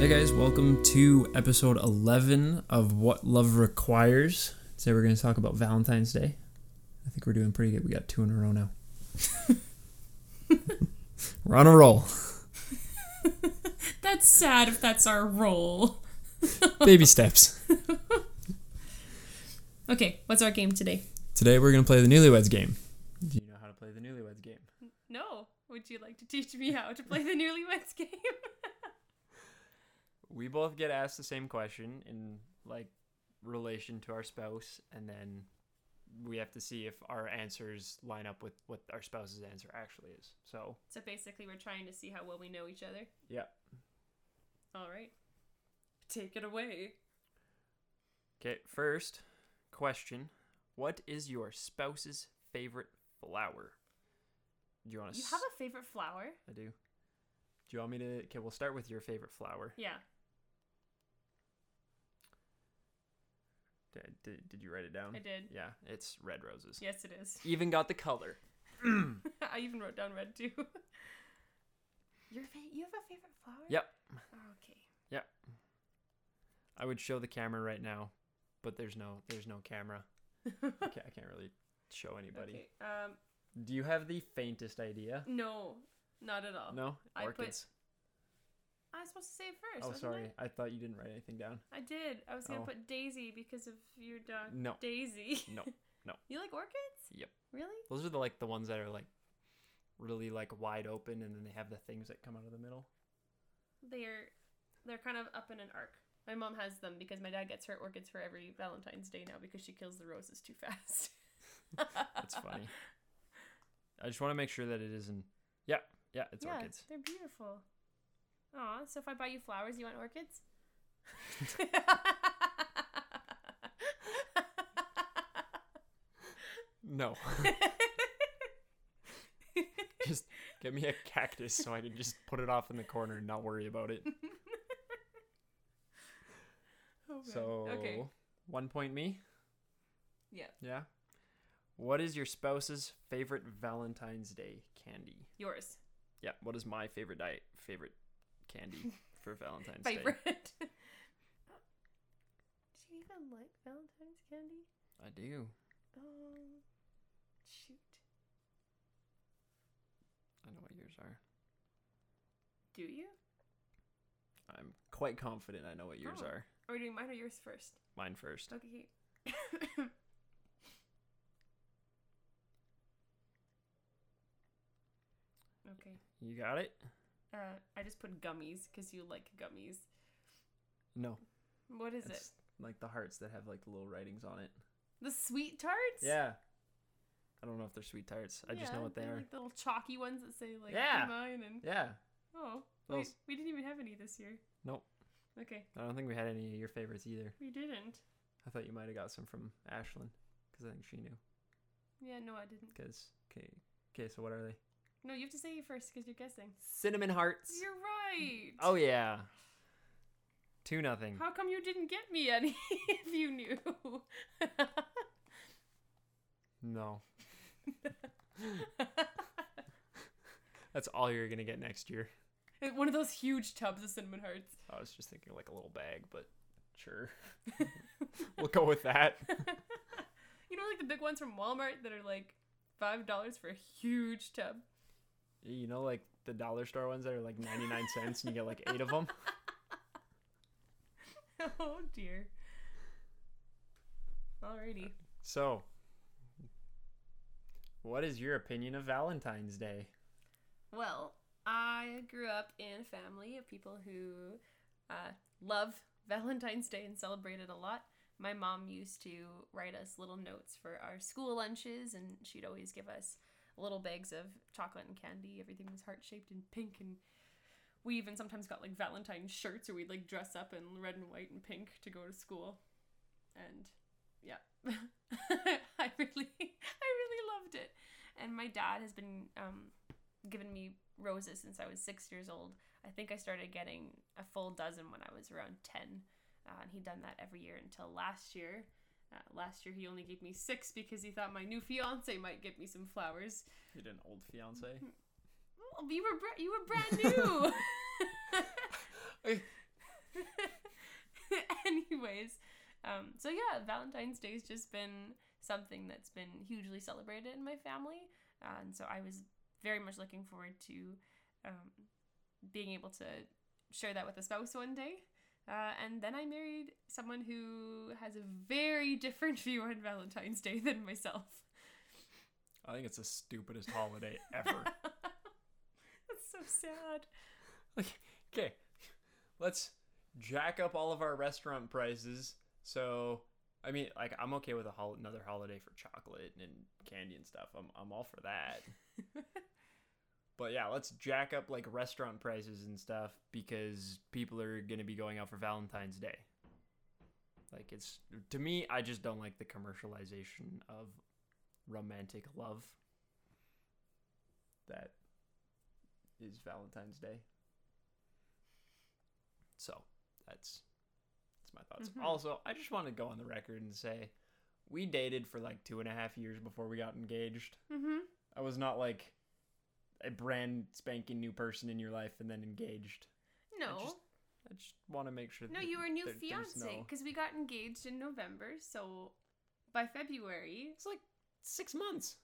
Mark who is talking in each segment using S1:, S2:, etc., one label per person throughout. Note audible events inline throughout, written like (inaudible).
S1: Hey guys, welcome to episode 11 of What Love Requires. Today we're going to talk about Valentine's Day. I think we're doing pretty good. We got two in a row (laughs) now. we're on a roll.
S2: That's sad if that's our role.
S1: Baby steps.
S2: Okay, what's our game today?
S1: Today we're going to play the Newlyweds game. Do you know how to play the Newlyweds game?
S2: No. Would you like to teach me how to play the newlyweds (laughs) game?
S1: We both get asked the same question in like relation to our spouse, and then we have to see if our answers line up with what our spouse's answer actually is. So,
S2: so basically, we're trying to see how well we know each other.
S1: yeah.
S2: All right. Take it away.
S1: Okay, first question. What is your spouse's favorite flower? Do you want to
S2: You have a favorite flower?
S1: I do. Do you want me to Okay, we'll start with your favorite flower.
S2: Yeah.
S1: Did, did, did you write it down?
S2: I did.
S1: Yeah, it's red roses.
S2: Yes, it is.
S1: Even got the color. Hmm.
S2: (laughs) I even wrote down red too. Your fa- you have a favorite flower?
S1: Yep.
S2: Okay.
S1: I would show the camera right now, but there's no there's no camera.
S2: (laughs)
S1: (laughs) Okay, I can't really show anybody.
S2: okay. Um,
S1: Do you have the faintest idea?
S2: no, not at all.
S1: No?
S2: I put-
S1: Orchids.
S2: I was supposed to say it first.
S1: oh,
S2: wasn't I?
S1: sorry. I thought you didn't write anything down.
S2: I did. I was gonna
S1: Oh.
S2: put Daisy because of your dog.
S1: No.
S2: Daisy.
S1: No. No.
S2: (laughs) you like orchids?
S1: Yep.
S2: Really?
S1: Those are the like the ones that are like really like wide open and then they have the things that come out of the middle.
S2: They're they're kind of up in an arc. My mom has them because my dad gets her orchids for every Valentine's Day now because she kills the roses too fast.
S1: (laughs) That's
S2: (laughs)
S1: funny. I just want to make sure that it isn't Yeah, yeah, it's
S2: yeah,
S1: orchids.
S2: they're beautiful. Aw, so if I buy you flowers, you want orchids? (laughs)
S1: No. (laughs) (laughs) just get me a cactus so I can just put it off in the corner and not worry about it.
S2: (laughs) Oh, God.
S1: So
S2: okay.
S1: one point me.
S2: Yeah.
S1: Yeah. What is your spouse's favorite Valentine's Day candy?
S2: Yours.
S1: Yeah, what is my favorite diet favorite candy
S2: (laughs)
S1: for Valentine's Day?
S2: favorite. (laughs) Do you even like Valentine's candy?
S1: I do.
S2: Um, shoot,
S1: I know what yours are.
S2: do you?
S1: I'm quite confident I know what yours
S2: Oh.
S1: are.
S2: Are we doing mine or yours first?
S1: Mine first.
S2: Okay. (coughs) okay.
S1: You got it?
S2: Uh, I just put gummies because you like gummies.
S1: No.
S2: What is it?
S1: it's like the hearts that have like little writings on it.
S2: The sweet tarts?
S1: Yeah. I don't know if they're sweet tarts. I just know
S2: Yeah,
S1: what they
S2: they're
S1: are.
S2: Like the little chalky ones that say like
S1: Yeah.
S2: mine and
S1: Yeah.
S2: oh, we,
S1: Those.
S2: we didn't even have any this year.
S1: Nope.
S2: Okay,
S1: I don't think we had any of your favorites either.
S2: we didn't.
S1: I thought you might have got some from Ashlyn because I think she knew.
S2: Yeah, no, I didn't.
S1: Because okay, okay. So what are they?
S2: No, you have to say it first because you're guessing.
S1: Cinnamon hearts.
S2: You're right.
S1: Oh yeah. Two nothing.
S2: How come you didn't get me any (laughs) if you knew? (laughs)
S1: No, (laughs) that's all you're gonna get next year.
S2: One of those huge tubs of cinnamon hearts. (laughs)
S1: I was just thinking like a little bag, but sure, (laughs) we'll go with that.
S2: you know, like the big ones from Walmart that are like five dollars for a huge tub. (laughs)
S1: You know, like the dollar store ones that are like 99 cents and you get like eight of (laughs) them.
S2: Oh dear. Alrighty.
S1: So, what is your opinion of Valentine's Day?
S2: Well, I grew up in a family of people who uh, love (laughs) Valentine's Day and celebrate it a lot. My mom used to write us little notes for our school lunches, and she'd always give us little bags of chocolate and candy. Everything was heart shaped and pink, and we even sometimes got like Valentine's shirts, or we'd like dress up in red and white and pink to go to school. And yeah, (laughs) I really, (laughs) I really loved it. And my dad has been um, given me roses since I was six years old. I think I started getting a full dozen when I was around 10. Uh, and he'd done that every year until last year. Uh, last year, he only gave me six because he thought my new fiance might give me some flowers.
S1: You did an old fiance. (laughs)
S2: (laughs) Well, you were br- you were brand new. (laughs) um, Valentine's Day's just been something that's been hugely celebrated in my family, uh, and so I was very much looking forward to um, being able to share that with a spouse one day. Uh, and then I married someone who has a very different view on Valentine's Day than myself.
S1: I think it's the stupidest holiday
S2: (laughs)
S1: ever.
S2: that's so sad.
S1: (laughs) Okay, let's jack up all of our restaurant prices. So, I mean, like, I'm okay with a hol- another holiday for chocolate and candy and stuff. I'm, I'm all for that. but yeah, let's jack up like restaurant prices and stuff because people are gonna be going out for Valentine's Day. Like, it's to me, I just don't like the commercialization of romantic love. That is Valentine's Day. So that's that's my thoughts.
S2: Mhm.
S1: Also, I just want to go on the record and say we dated for like two and a half years before we got engaged.
S2: Mm-hmm.
S1: I was not like a brand spanking new person in your life and then engaged.
S2: No.
S1: just- I just want to make sure.
S2: No,
S1: that
S2: you were new
S1: there- there's
S2: fiance
S1: no-
S2: because we got engaged in November. So by February,
S1: It's like six months.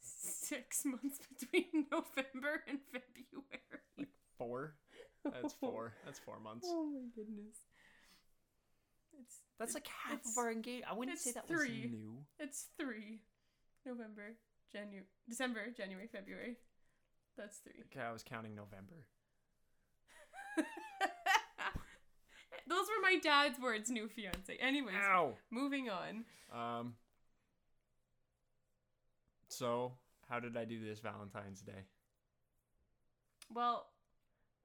S2: six (laughs) months between (laughs) November and February.
S1: Four. (laughs) That's four. That's four months.
S2: (laughs) Oh my goodness. It's
S1: That's like half of our engagement. I wouldn't say
S2: it's
S1: that was
S2: three.
S1: new.
S2: it's three. November, January, December, January, February. That's three. (laughs)
S1: Okay, I was counting November.
S2: Those were my dad's words, new fiance. Anyways,
S1: Ow.
S2: moving on.
S1: Um. So, how did I do this Valentine's Day?
S2: Well,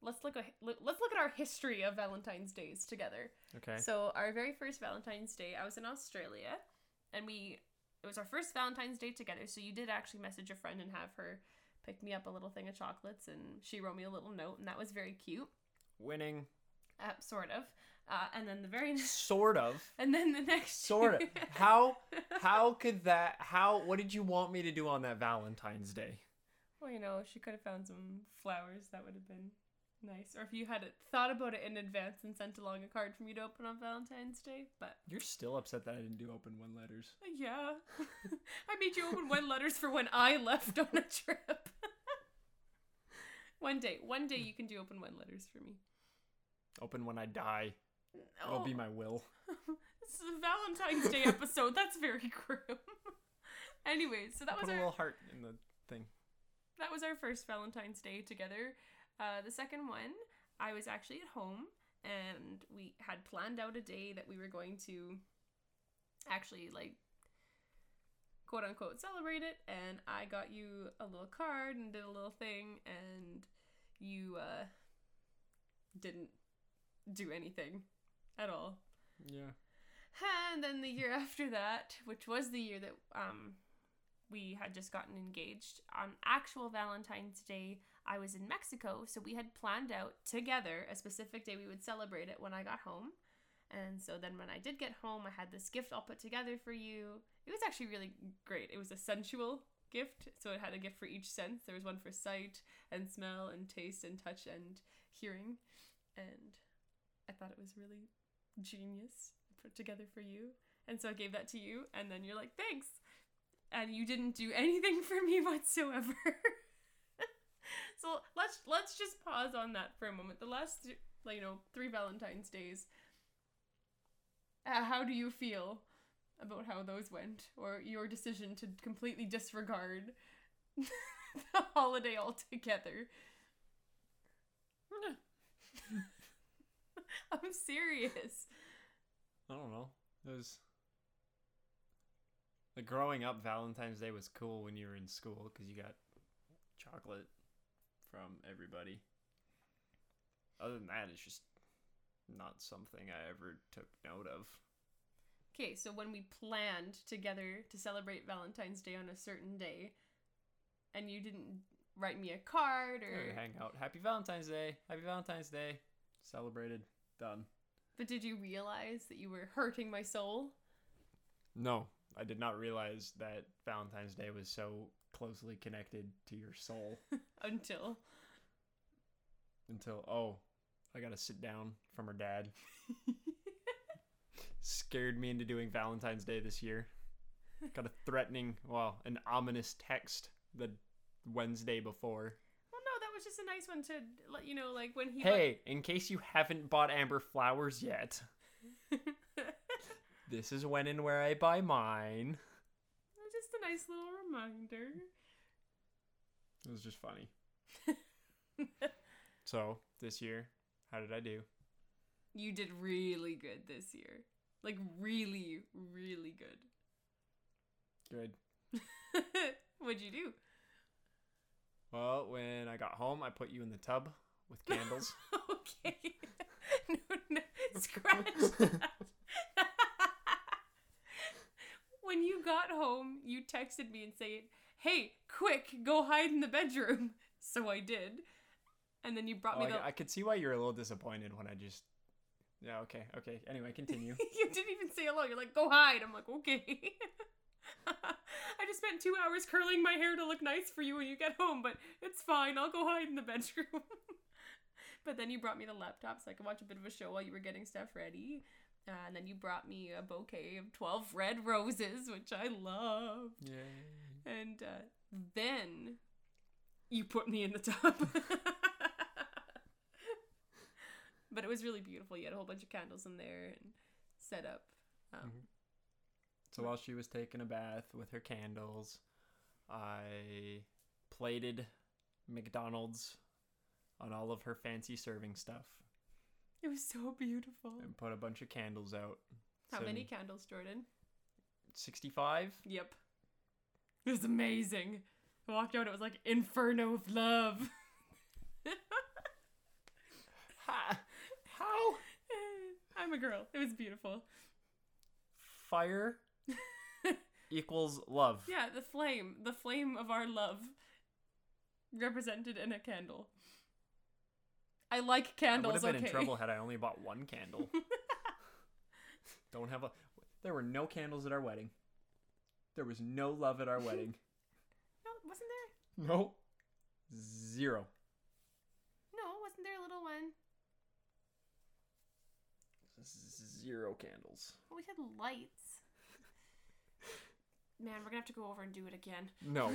S2: let's look at let's look at our history of Valentine's days together.
S1: Okay.
S2: So our very first Valentine's Day, I was in Australia, and we it was our first Valentine's Day together. So you did actually message a friend and have her pick me up a little thing of chocolates, and she wrote me a little note, and that was very cute,
S1: Winning, (laughs)
S2: uh, sort of. Uh, and then the very
S1: sort of,
S2: (laughs) and then the next
S1: sort (laughs) of.
S2: (laughs)
S1: How how could that? How what did you want me to do on that Valentine's Day?
S2: Well, you know, she could have found some flowers. That would have been nice. Or if you had thought about it in advance and sent along a card for me to open on Valentine's Day. But
S1: You're still upset that I didn't do open one letters.
S2: yeah, I made you open one letters for when I left on a trip. one day, one day you can do open one letters for me.
S1: Open when I die. It'll be
S2: Oh,
S1: my will.
S2: this is a Valentine's Day episode. That's very grim. (laughs) Anyways, so that was
S1: Put a
S2: our
S1: little heart in the thing.
S2: that was our first Valentine's Day together. Uh, the second one, I was actually at home and we had planned out a day that we were going to actually like quote unquote celebrate it. And I got you a little card and did a little thing, and you uh, didn't do anything at all.
S1: Yeah.
S2: (laughs) And then the year after that, which was the year that um, we had just gotten engaged, on actual Valentine's Day, I was in Mexico. So we had planned out together a specific day we would celebrate it when I got home. And so then when I did get home, I had this gift all put together for you. It was actually really great. It was a sensual gift. So it had a gift for each sense. There was one for sight and smell and taste and touch and hearing. And I thought it was really genius put together for you. And so I gave that to you, and then you're like, thanks. And you didn't do (laughs) anything for me whatsoever. (laughs) so let's let's just pause on that for a moment. The last, th- like, you know, three Valentine's days. Uh, how do you feel about how those went, or your decision to completely disregard (laughs) the holiday altogether? (laughs) I'm serious.
S1: I don't know. It was like growing up. Valentine's Day was cool when you were in school because you got chocolate from everybody. Other than that, it's just not something I ever took note of.
S2: Okay, so when we planned together to celebrate Valentine's Day on a certain day, and you didn't write me a card
S1: We would
S2: or.
S1: hang out. Happy Valentine's Day. Happy Valentine's Day. Celebrated. Done.
S2: But did you realize that you were hurting my soul?
S1: No, I did not realize that Valentine's Day was so closely connected to your (laughs) soul
S2: Until.
S1: (laughs) until oh, I got to sit down from her dad. S- scared me into doing Valentine's Day this year. Got a threatening, well, an ominous text the Wednesday before.
S2: Well, no, that was just a nice one to let you know, like when he. (laughs)
S1: Hey, in case you haven't bought Amber flowers yet,
S2: It
S1: this is when and where I buy mine.
S2: was just a nice little reminder.
S1: It was just funny. (laughs) So, this year, how did I do?
S2: you did really good this year. Like, really, really good. (laughs)
S1: Good.
S2: What'd you do?
S1: Well, when I got home, I put you in the tub with (laughs) candles.
S2: (laughs) okay. (laughs) no, no, scratch that. (laughs) when you got home, you texted me and said, "Hey, quick, go hide in the bedroom." (laughs) So I did, and then you brought
S1: Oh,
S2: me the. (laughs)
S1: I, I could see why you're a little disappointed when I just. Yeah, okay, okay. Anyway, (laughs) continue.
S2: you didn't even say hello. You're like, "Go hide." I'm like, "Okay." (laughs) I just spent two hours curling my hair to look nice for you when you get home, but it's fine. I'll go hide in the bedroom. (laughs) but then you brought me the laptop so I could watch a bit of a show while you were getting stuff ready. Uh, and then you brought me a bouquet of 12 red roses, which I love.
S1: Yay.
S2: And uh, then you put me in the tub. (laughs) but it was really beautiful. You had a whole bunch of candles in there and set up. Um,
S1: Mhm. So while she was taking a bath with her candles, I plated McDonald's on all of her fancy serving stuff
S2: It was so beautiful.
S1: and put a bunch of candles out.
S2: How
S1: So
S2: many candles, Jordan?
S1: 65?
S2: Yep. It was amazing. I walked out, it was like inferno of love. (laughs)
S1: Ha! How?
S2: I'm a girl. It was beautiful. (laughs)
S1: Fire equals love.
S2: Yeah, the flame, the flame of our love represented in a candle. I like
S1: I would
S2: candles.
S1: have been
S2: okay.
S1: in trouble had I only bought one
S2: (laughs)
S1: candle. Don't have a. There were no candles at our wedding. There was no love
S2: (laughs)
S1: at our wedding.
S2: No, wasn't there?
S1: Nope. Zero.
S2: No, wasn't there a little one?
S1: Zero candles.
S2: We had lights. (laughs) Man, we're gonna have to go over and do it again.
S1: No.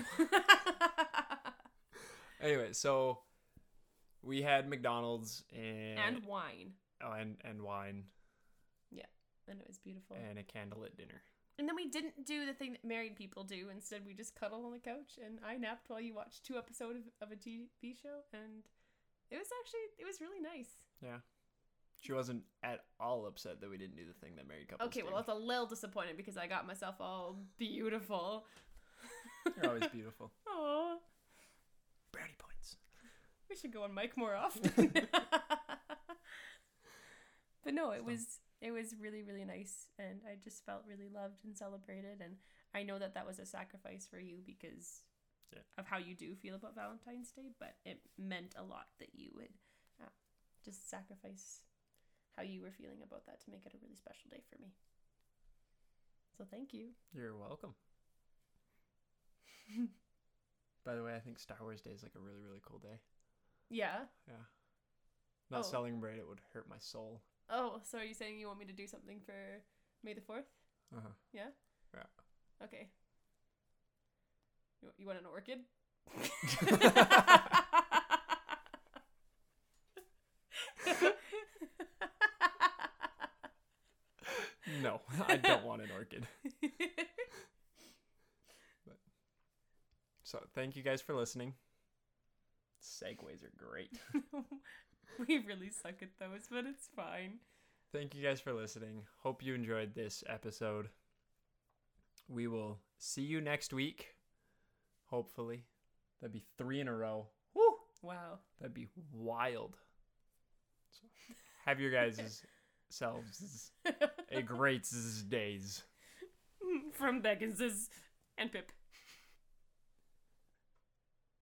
S1: (laughs) anyway, so we had McDonald's and
S2: (laughs) and wine.
S1: oh, and, and wine
S2: And it was beautiful.
S1: and a candle at dinner.
S2: And then we didn't do the thing that married people do. Instead, we just cuddled on the couch, and I napped while you watched two episodes of, of a TV show, and it was actually it was really nice.
S1: She wasn't at all upset that we didn't do the thing that married couples
S2: Okay,
S1: do.
S2: well, I was a little disappointed because I got myself all beautiful.
S1: You're
S2: (laughs)
S1: always beautiful.
S2: Aw,
S1: Brownie points.
S2: we should go on mic more (laughs) often. but no, it
S1: So.
S2: was it was really really nice, and I just felt really loved and celebrated. And I know that that was a sacrifice for you because
S1: Yeah.
S2: of how you do feel about Valentine's Day, but it meant a lot that you would uh, just sacrifice how you were feeling about that to make it a really special day for me. So thank you.
S1: You're (laughs) welcome. By the way, I think Star Wars Day is like a really really cool day.
S2: Yeah.
S1: Not
S2: Oh.
S1: celebrate it would hurt my soul.
S2: Oh, so are you saying you want me to do something for May the 4th?
S1: Uh-huh.
S2: Okay. You, you want an orchid?
S1: (laughs)
S2: (laughs)
S1: No, I don't want an orchid. So thank you guys for listening. Segways are great.
S2: we really suck at those, but it's fine.
S1: Thank you guys for listening. Hope you enjoyed this episode. We will see you next week. Hopefully. That'd be three in a row. Woo!
S2: Wow.
S1: That'd be wild. So have your guys' selves
S2: (laughs)
S1: a great days.
S2: From Beggins and Pip.